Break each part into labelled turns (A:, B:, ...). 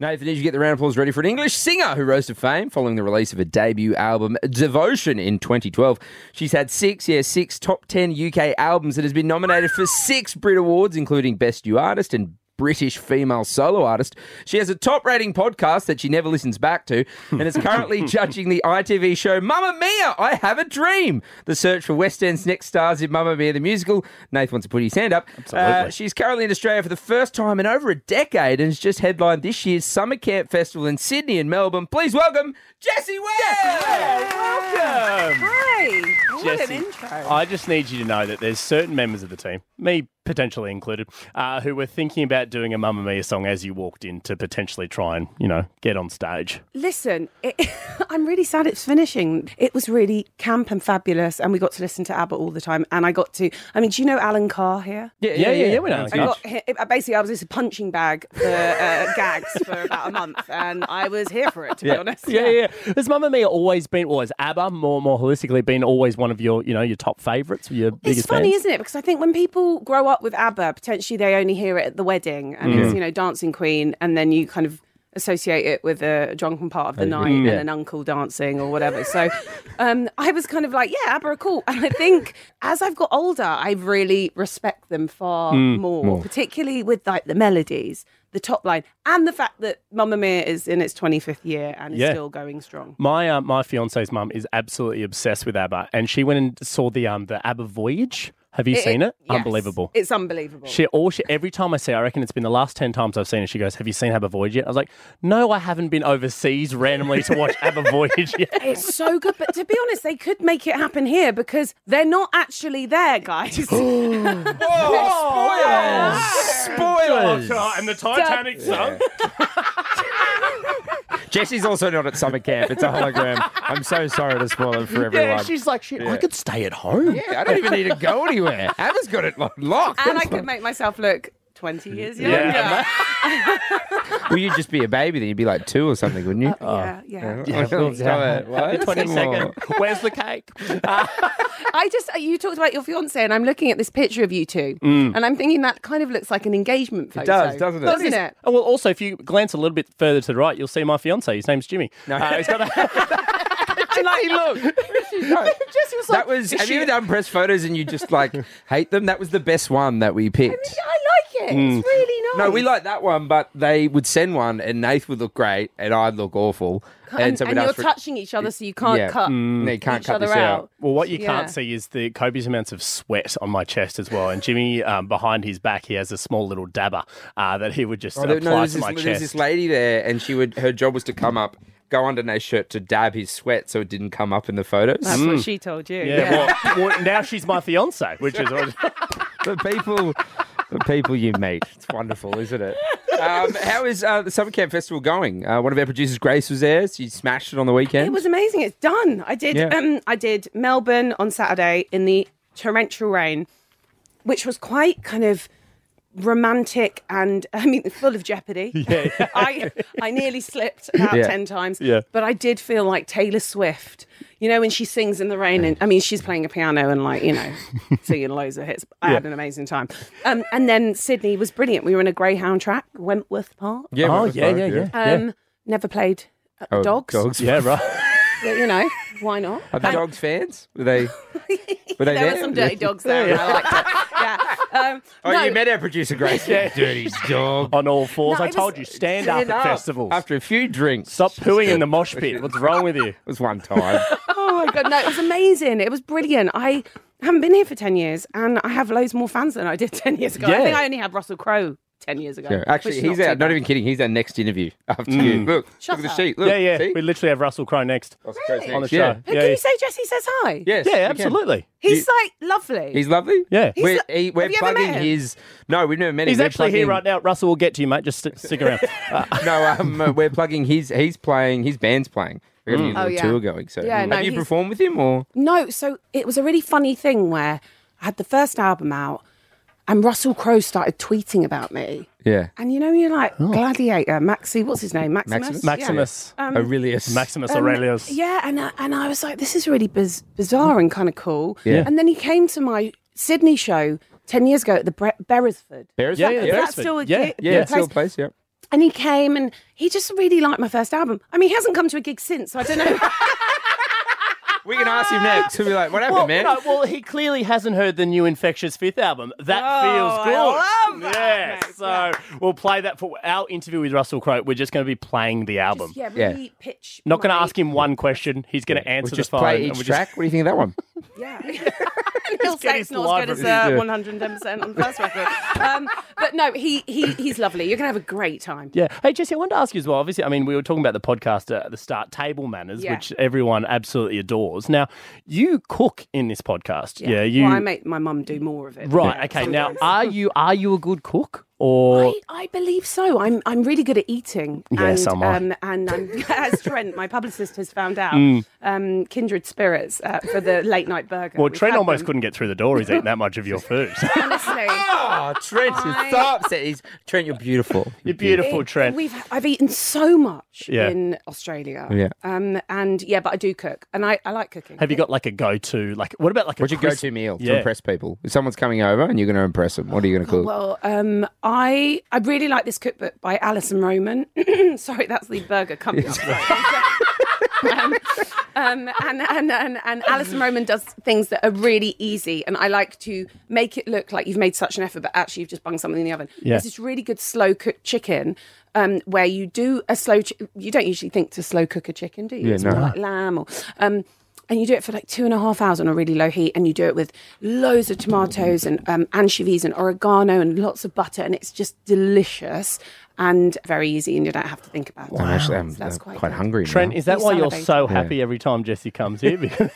A: Nathan, did you get the round of applause ready for an English singer who rose to fame following the release of a debut album, Devotion, in 2012? She's had six, yeah, six top 10 UK albums and has been nominated for six Brit Awards, including Best New Artist and British female solo artist. She has a top rating podcast that she never listens back to
B: Hmm.
A: and is currently judging the ITV show Mamma Mia, I Have a Dream. The search for West End's next stars in Mamma Mia the musical. Nathan wants to put his hand up. Uh, she's currently in Australia for the first time in over a decade and has just headlined this year's Summer Camp Festival in Sydney and Melbourne. Please welcome Jessie Ware!
B: Welcome.
C: Hi. What
B: Jessie,
C: an intro.
B: I just need you to know that there's certain members of the team, me potentially included, uh, who were thinking about doing a Mamma Mia song as you walked in to potentially try and, you know, get on stage.
C: Listen, it, I'm really sad it's finishing. It was really camp and fabulous, and we got to listen to ABBA all the time. And I got to, I mean, do you know Alan Carr here?
B: Yeah, yeah, yeah, we know.
C: I got hi- I- basically I was just a punching bag for uh, gags for about a month, and I was here for it to be honest.
B: Yeah, yeah. yeah. Has Mamma Mia always been, or has ABBA more more holistically been always one of your, you know, your top favourites, your biggest
C: It's funny,
B: fans?
C: isn't it? Because I think when people grow up with ABBA, potentially they only hear it at the wedding and
B: Mm.
C: it's, you know, Dancing Queen, and then you kind of associate it with a drunken part of the night and an uncle dancing or whatever. So um, I was kind of like, yeah, ABBA are cool. And I think as I've got older, I really respect them far
B: Mm,
C: more, particularly with like the melodies. The top line and the fact that Mamma Mia is in its 25th year and is
B: Yeah.
C: still going strong.
B: My uh, my fiance's mum is absolutely obsessed with ABBA, and she went and saw the um the ABBA Voyage. Have you seen it?
C: yes,
B: Unbelievable.
C: It's unbelievable.
B: She all she every time I see, her, I reckon it's been the last ten times I've seen her. She goes, "Have you seen ABBA Voyage yet?" I was like, "No, I haven't been overseas randomly to watch ABBA Voyage yet."
C: It's so good. But to be honest, they could make it happen here because they're not actually there, guys.
B: Oh,
A: Spoilers! Spoilers!
B: and the Titanic song.
A: Jessie's also not at summer camp. It's a hologram. I'm so sorry to spoil it for everyone.
B: Yeah, she's like, "Shit, I could stay at home."
A: Yeah, I don't even need to go anywhere. Abba's got it like, locked.
C: and I could make myself look 20 years younger.
B: Yeah.
C: Yeah,
A: Well, you'd just be a baby then. You'd be like two or something, wouldn't you?
C: yeah.
B: Twenty second. Where's the cake? Uh,
C: I just, uh, you talked about your fiance, and I'm looking at this picture of you two, and I'm thinking that kind of looks like an engagement photo.
A: does, doesn't Mm. it?
C: Doesn't it?
B: oh, well, also if you glance a little bit further to the right, you'll see my fiance. His name's Jimmy.
A: No.
B: Uh, he's got a,
A: Like, look.
B: Jesse was
A: That was. Have you ever done press photos and you just like hate them? That was the best one that we picked.
C: I like it. It's really nice.
A: No, we like that one, but they would send one and Nath would look great and I'd look awful.
C: And,
A: someone
C: and you're
A: else would-
C: touching each other, so you can't
A: Yeah.
C: cut
A: Mm. They can't
C: each
A: cut
C: other
A: this out.
C: out.
B: Well, what you
C: Yeah.
B: can't see is the copious amounts of sweat on my chest as well. And Jimmy, um, behind his back, he has a small little dabber uh, that he would just
A: Oh,
B: apply
A: there, no, there was
B: to
A: this,
B: my
A: there was
B: chest.
A: this lady there, and she would. Her job was to come up, go under Nath's shirt to dab his sweat so it didn't come up in the photos.
C: That's what she told you.
B: yeah, Well, well, now she's my fiance, which is
A: the people, the people you meet. It's wonderful, isn't it? Um, how is uh, the summer camp festival going? Uh, one of our producers, Grace, was there. She smashed it on the weekend.
C: It was amazing. It's done. I did.
A: Yeah.
C: Um, I did Melbourne on Saturday in the torrential rain, which was quite kind of romantic and I mean full of jeopardy.
B: yeah.
C: I I nearly slipped about
A: Yeah.
C: ten times.
B: Yeah.
C: But I did feel like Taylor Swift. You know when she sings in the rain, and I mean she's playing a piano and like you know singing loads of hits. I had an amazing time. Um, and then Sydney was brilliant. We were in a Greyhound track, Wentworth Park.
A: yeah,
B: oh,
A: it was
B: yeah,
A: fun,
B: yeah, yeah.
C: Um, Never played at the
A: Oh,
C: dogs.
A: Dogs.
B: yeah, right.
C: But, you know why not?
A: Are the dogs fans? Were they? Were they
C: there
A: there?
C: were some dirty dogs there. and I liked it. Yeah. Um,
A: Oh,
C: no,
A: you met our producer, Grace. Dirty dog.
B: On all fours.
C: No,
B: I
C: it
B: told
C: was-
B: you, stand up at festivals.
A: After a few drinks,
B: Stop pooing in the mosh pit. What's wrong with you?
A: it was one time.
C: Oh my god, no, it was amazing. It was brilliant. I haven't been here for ten years, and I have loads more fans than I did ten years ago.
B: Yeah.
C: I think I only had Russell Crowe ten years ago.
A: Yeah, actually,
C: which is
A: he's
C: not
A: our,
C: too
A: not
C: bad.
A: even kidding, he's our next interview after you. Look,
C: Shut
A: look at
C: up.
A: the sheet. Look,
B: Mm. Yeah, yeah.
A: See?
B: We literally have Russell Crowe next
A: That's crazy.
B: on the show.
A: Yeah.
B: yeah,
C: But can
B: yeah.
C: you say Jesse says hi?
A: Yes,
B: Yeah,
A: we can.
B: absolutely.
C: He's like lovely.
A: He's lovely.
B: Yeah. He's
A: we're,
C: lo-
A: he, we're
C: have you ever
A: plugging
C: met him?
A: his. No, we've never met him.
B: He's
A: We're
B: actually here
A: plugging-
B: right now. Russell will get to you, mate. Just st- stick around. Uh,
A: No, um, uh, we're plugging his. He's playing. His band's playing. We're getting a
C: Oh,
A: little
C: yeah.
A: tour going. So,
C: Yeah,
A: have
C: no,
A: you
C: he's-
A: performed with him or?
C: No, so it was a really funny thing where I had the first album out, and Russell Crowe started tweeting about me.
A: Yeah,
C: And you know, you're like Gladiator, Maxi, what's his name? Maximus.
A: Oh. Maximus?
C: Yeah.
B: Maximus.
A: Aurelius.
B: Maximus
C: Um,
B: Aurelius.
C: Yeah, and I, and I was like, this is really biz- bizarre and kind of cool.
A: Yeah.
C: And then he came to my Sydney show ten years ago at the Bre- Beresford.
A: Beresford.
B: Yeah, yeah,
C: Is
B: yeah.
C: that
B: Beresford.
C: still a
B: Yeah,
C: gig-
A: Yeah, it's
C: place?
A: still a place. Yeah,
C: And he came and he just really liked my first album. I mean, he hasn't come to a gig since, so I don't know.
A: We can ask him
C: Ah.
A: next. He'll be like, what happened,
B: Well,
A: man?
B: no, well, he clearly hasn't heard the new Infectious Fifth album. That
C: Oh,
B: feels good.
C: I love that.
B: Yeah,
C: Nice,
B: so
C: yeah.
B: we'll play that for our interview with Russell Crowe. We're just going to be playing the album.
C: yeah,
A: Yeah.
C: really pitch.
B: Not going to
C: my-
B: ask him one question. He's going to
A: We'll
B: answer
A: just
B: the phone.
A: play
B: and
A: each
B: we'll just-
A: track. What do you think of that one?
C: Yeah. and he'll
B: get
C: say
B: his
C: it's not as good as
B: library.
A: Yeah.
C: uh, 110% on the first record. Um, but no, he, he he's lovely. You're going to have a great time.
B: Yeah. Hey, Jesse, I wanted to ask you as well. Obviously, I mean, we were talking about the podcast uh, at the start, Table Manners,
C: Yeah.
B: which everyone absolutely adores. Now, you cook in this podcast. Yeah. you.
C: Well, I make my mum do more of it.
B: right. Okay. Now, are you are you a good cook or?
C: I, I believe so. I'm I'm really good at eating.
B: Yes,
C: and,
B: so am
C: Um, and I'm, as Trent, my publicist, has found out,
B: Hmm.
C: um, kindred spirits uh, for the late night burger.
B: Well,
C: We've
B: Trent
C: had
B: almost
C: them.
B: couldn't get through the door. He's eating that much of your food.
C: Honestly.
A: Oh, Trent is so upset. He's, Trent, you're beautiful.
B: You're beautiful, Trent.
C: We've I've eaten so much
B: Yeah.
C: in Australia.
A: Yeah.
C: Um. And yeah, but I do cook, and I, I like cooking.
B: Have you got like a go-to? Like, what about like
A: What's
B: a
A: your go
B: crisp-
A: to meal
B: Yeah.
A: to impress people? If someone's coming over and you're going to impress them, what are you going to cook?
C: Oh, Well, um, I I really like this cookbook by Alison Roman. Sorry, that's the burger coming up. um, um, and, and, and, and Alison Roman does things that are really easy, and I like to make it look like you've made such an effort, but actually you've just bunged something in the oven.
B: Yeah.
C: There's this really good slow cooked chicken um, where you do a slow. Chi- you don't usually think to slow cook a chicken, do you?
A: Yeah,
C: it's
A: no.
C: more like lamb or. Um, and you do it for like two and a half hours on a really low heat, and you do it with loads of tomatoes and um, anchovies and oregano and lots of butter, and it's just delicious and very easy, and you don't have to think about
A: I'm
C: it.
A: actually I'm,
C: So that's
A: uh,
C: quite
A: quite,
C: good.
A: hungry.
B: Trent,
A: now.
B: is that
C: You
B: why you're
C: salivated.
B: so happy every time Jesse comes here? Because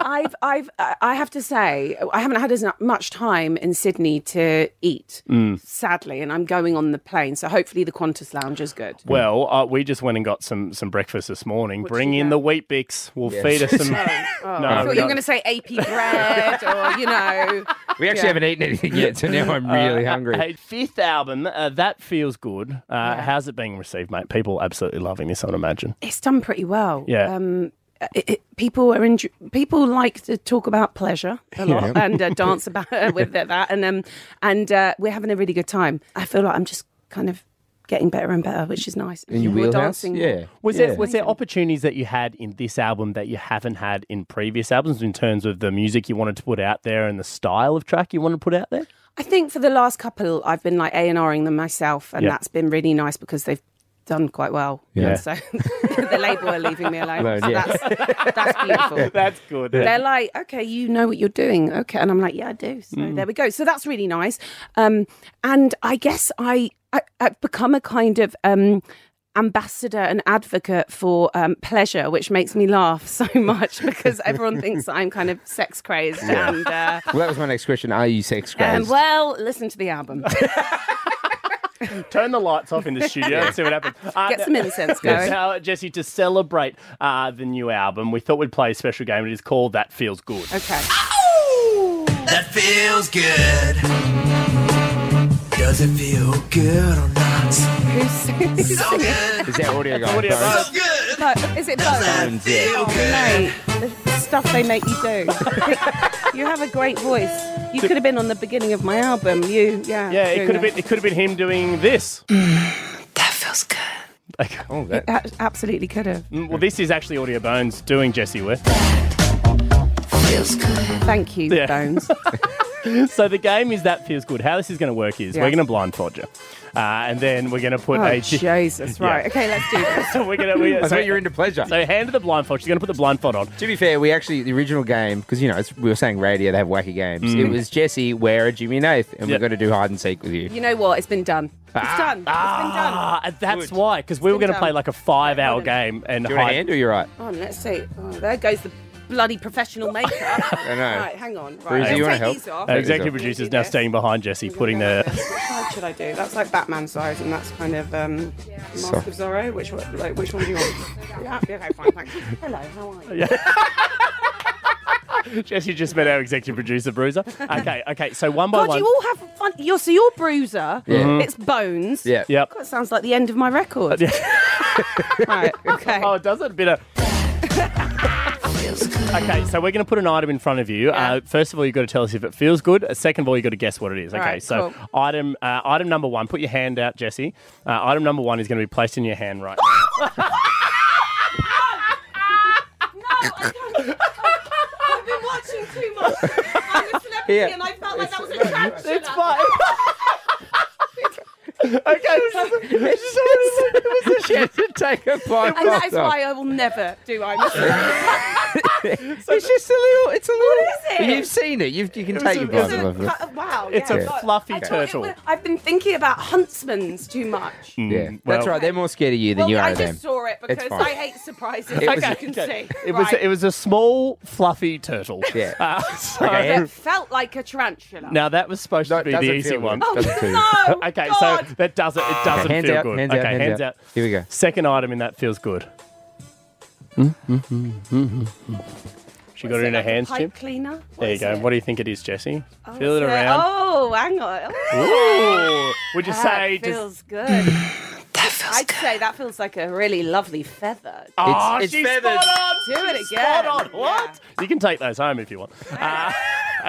C: I've, I've, I I have to say, I haven't had as much time in Sydney to eat,
A: Mm.
C: sadly, and I'm going on the plane, so hopefully the Qantas lounge is good.
B: Well, uh, we just went and got some some breakfast this morning. Bring
C: you
B: in
C: get?
B: the wheat bix. We'll feed us some.
C: Oh,
B: No,
C: I
B: no.
C: thought you were going to say AP bread or you know.
A: We actually
C: Yeah. Uh,
A: haven't eaten anything yet, so now I'm really hungry.
B: Hey, fifth album. Uh, that feels good. Uh, How's it being received, mate? People absolutely loving this. I would imagine.
C: It's done pretty well.
B: Yeah.
C: Um, it, it, people are enjo- people like to talk about pleasure a lot and uh, dance about with that- that, and um, and uh, we're having a really good time. I feel like I'm just kind of getting better and better, which is nice.
A: in your
C: We're
A: wheelhouse?
C: dancing.
A: Yeah.
B: Was
A: yeah.
B: there was there opportunities that you had in this album that you haven't had in previous albums in terms of the music you wanted to put out there and the style of track you wanted to put out there?
C: I think for the last couple, I've been like A and Ring them myself, and
B: Yeah.
C: that's been really nice because they've done quite well.
A: Yeah.
C: And so the label are leaving me alone.
A: Alone,
C: so
A: yeah.
C: that's, that's beautiful.
B: That's good.
C: They're like, okay, you know what you're doing, okay, and I'm like, yeah, I do. So there we go. So that's really nice. Um, and I guess I, I I've become a kind of um ambassador and advocate for um, pleasure, which makes me laugh so much because everyone thinks that I'm kind of sex crazed and. Uh,
A: Well, that was my next question. Are you sex
C: um,
A: crazed?
C: well, listen to the album.
B: Turn the lights off in the studio and see what happens. Uh,
C: Get some incense
B: Yes.
C: going.
B: Now, Jesse, to celebrate uh, the new album, we thought we'd play a special game. It is called That Feels Good.
C: Okay.
D: That feels good. Does it feel good or not? So
C: Who's, who's singing?
D: good.
A: Is that audio going?
B: Audio
A: Sorry.
B: bones.
D: So good.
C: Bo- Is it Bones?
A: Bones, yeah.
D: Feel good.
C: Mate, the stuff they make you do. you have a great voice. You could have been on the beginning of my album. You, yeah.
B: Yeah, it
C: doing
B: could have
C: that.
B: been. It could have been him doing this.
D: That feels good.
B: Like,
A: Oh, that.
C: A- absolutely could have.
B: Mm, well, this is actually Audio Bones doing Jesse Ware.
D: Feels good.
C: Thank you,
B: Yeah.
C: Bones. Oh,
B: So the game is That Feels Good. How this is going to work is
C: Yeah.
B: we're going to blindfold you, uh, and then we're going to put
C: Oh,
B: a.
C: Jesus. Right.
B: Yeah.
C: Okay, let's do this.
B: So we're going to. We,
A: I
B: so,
A: thought you were into pleasure.
B: so hand her the blindfold. She's going to put the blindfold on.
A: to be fair, we actually the original game because you know it's, we were saying radio they have wacky games. It was Jesse, Ware, Jimmy, and Nath, and
B: Yeah.
A: we're going to do hide and seek with you.
C: You know what? It's been done. It's done.
B: Ah, and that's why, because we were
C: been
B: going to play
C: done.
B: like a five-hour
C: done.
B: game and
A: Do you want a
B: hide.
A: hand or you're right?
C: It's been done. On, let's see. Oh, there goes the bloody professional makeup. I
A: know.
C: Right, hang on. Right.
A: Breezy,
C: I'll
A: you wanna
C: take
A: help?
C: these off.
B: Our
A: Take these
B: uh,
A: off.
B: executive producer
C: Do
B: is now
C: this.
B: standing behind Jesse, putting the.
C: Which side should I do? That's like Batman size, and that's kind of um, Mask of Zorro. Which one? Like, which one do you want? yeah. Okay. Fine. Thanks. Hello. How are you?
B: Jesse just met our executive producer, Bruiser. Okay, okay. So one by
C: God,
B: one.
C: you all have fun. You're so you're Bruiser.
A: Yeah. Mhm.
C: It's Bones.
A: Yeah.
B: Yep.
C: God, it sounds like the end of my record. right. Okay.
B: Oh, it does it? A bit of.
D: feels good.
B: Okay, so we're going to put an item in front of you. Uh, first of all, you've got to tell us if it feels good. Uh, Second of all, you've got to guess what it is. Okay,
C: right,
B: so
C: cool.
B: item uh, item number one, put your hand out, Jesse. Uh, item number one is going to be placed in your hand right now.
C: I've been watching too much. I'm a celebrity
A: Yeah.
C: and I felt like that was a trap.
B: It's fine. okay,
A: She should take her bike
C: And that is
A: off.
C: why I will never do I'm a celebrity.
A: It's just a little. It's a little.
C: is it?
A: You've seen it. You've, you can
B: was
A: take
B: a-
A: your
B: it was
A: bike
C: It's
A: off.
C: a- cu- wow.
B: It's
C: yeah,
B: a
C: God.
B: fluffy
C: I thought it
B: turtle.
C: was- I've been thinking about huntsman's too much.
A: Yeah,
B: Mm,
A: that's
B: well-
A: right. They're more scared of you than
C: Well,
A: you are
C: I
A: of
C: just
A: them.
C: saw it because
A: fine.
C: I hate surprises,
A: It
C: as
A: was-
C: you can see.
B: It was
C: Right.
B: it was a small fluffy turtle.
A: Yeah.
B: Uh, so-
A: Okay,
C: It felt like a tarantula.
B: Now that was supposed
A: No,
B: to be
A: doesn't
B: the easy
A: feel
B: one.
A: good.
C: oh,
A: doesn't feel-
C: no.
B: Okay,
C: God.
B: so that doesn't it doesn't
A: Okay, hands
B: feel
A: out,
B: good.
A: hands
B: okay,
A: out, hands
B: hands
A: out.
B: out.
A: Here we go.
B: Second item in that feels good. She got
C: Is
B: it in her
C: like a
B: hands,
C: pipe
B: Jim.
C: cleaner? What
B: There you
C: is
B: go.
C: it?
B: What do you think it is, Jesse? feel
C: What's
B: it
C: that?
B: around.
C: Oh, hang on.
B: Ooh. Would you
C: That
B: say just?
C: feels good.
B: Mm.
D: That feels
C: I'd say that feels like a really lovely feather.
B: Oh,
A: It's- it's
B: she's
A: feathers.
B: spot on.
C: Do it
B: She's
C: again.
B: Spot on. What? You can take those home if you want. Uh,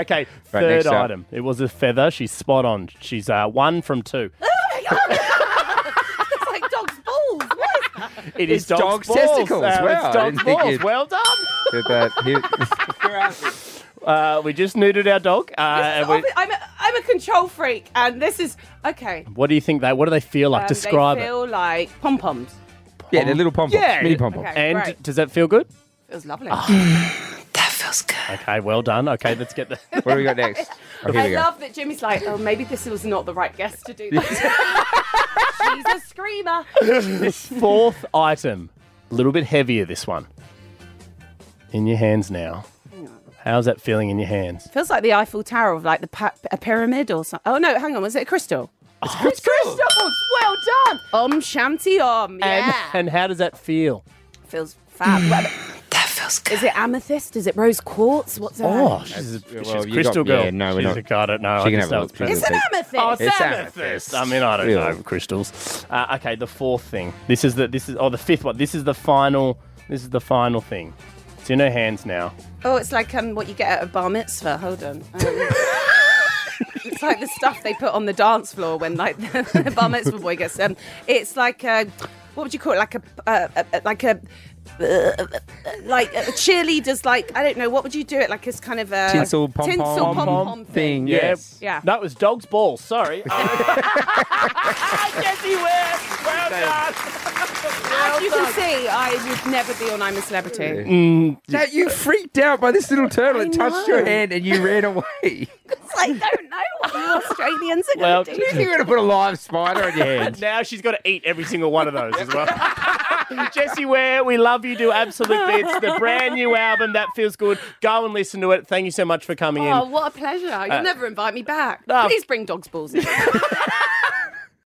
B: okay,
A: Right, next
B: third
A: up.
B: item. It was a feather. She's spot on. She's uh, one from two.
C: It's like dog's balls. What?
B: It is
A: It's dog's
B: balls.
A: testicles.
B: Uh,
A: Wow, I
B: it's dog's
A: didn't think
B: balls.
A: you'd-
B: Well done.
A: Did that. Here,
B: Uh, we just neutered our dog. Uh,
C: This
B: and
C: is
B: we-
C: obvi- I'm, a, I'm a control freak, and this is okay.
B: what do you think they? What do they feel like?
C: Um,
B: Describe
C: they
B: it.
C: feel like pom poms.
A: yeah, they're little pom poms.
B: Yeah.
A: Mini pom poms.
C: Okay.
B: And
C: great.
B: does that feel good?
C: It was lovely.
B: Ah.
D: That feels good.
B: Okay, well done. Okay, let's get the.
A: What do we got next? Oh, here
C: I
A: we go.
C: love that Jimmy's like, oh, maybe this was not the right guest to do that. She's a screamer.
B: Fourth item, a little bit heavier. This one, in your hands now. How's that feeling in your hands?
C: Feels like the Eiffel Tower of like the pa- a pyramid or something. Oh no, hang on, was it a crystal?
B: It's
C: Oh,
B: crystals. Well done.
C: Om Shanti Om.
B: And
C: Yeah,
B: and how does that feel?
C: feels fab.
B: Mm.
D: That feels good.
C: is it amethyst? Is it rose quartz? What's
B: Oh,
C: that?
B: she's a,
A: well,
B: she's a
A: you
B: crystal
A: got-
B: girl.
A: yeah, no, we're
B: she's
A: not-
B: A, I don't know.
A: She can
B: I
A: have
B: just
A: a
B: don't-
A: look.
C: It's an amethyst.
B: Oh, it's,
A: It's
B: amethyst.
A: amethyst.
B: I mean, I don't
A: Really?
B: know crystals. Uh, okay, the fourth thing. This is the this is oh the fifth one. This is the final. This is the final thing. It's in her hands now.
C: Oh, it's like um, what you get at a bar mitzvah. Hold on. Um, it's like the stuff they put on the dance floor when like the, the bar mitzvah boy gets um. It's like a, what would you call it? Like a, uh, a- a- like a. uh, like a cheerleaders, like I don't know, what would you do it like? It's kind of a
A: Tinsel pom-pom.
C: uh, tinsel pom-pom
A: Thing.
C: thing.
A: Yeah. Yes.
C: Yeah.
B: That was dog's ball. Sorry. Jesse West. Well done.
C: As you can see, I would never be on I'm a Celebrity.
A: No, you freaked out by this little turtle. It touched your
C: know.
A: hand and you ran away.
C: It's like, I don't know what the Australians are
B: Well,
C: going to
A: you
C: do.
A: think you're gonna put a live spider on your hand.
B: Now she's got to eat every single one of those as well. Jesse Ware, we love you. Do absolute bits. The brand new album that feels good. Go and listen to it. Thank you so much for coming in.
C: Oh, what a pleasure! You'll never invite me back.
B: No.
C: Please bring dogs balls in.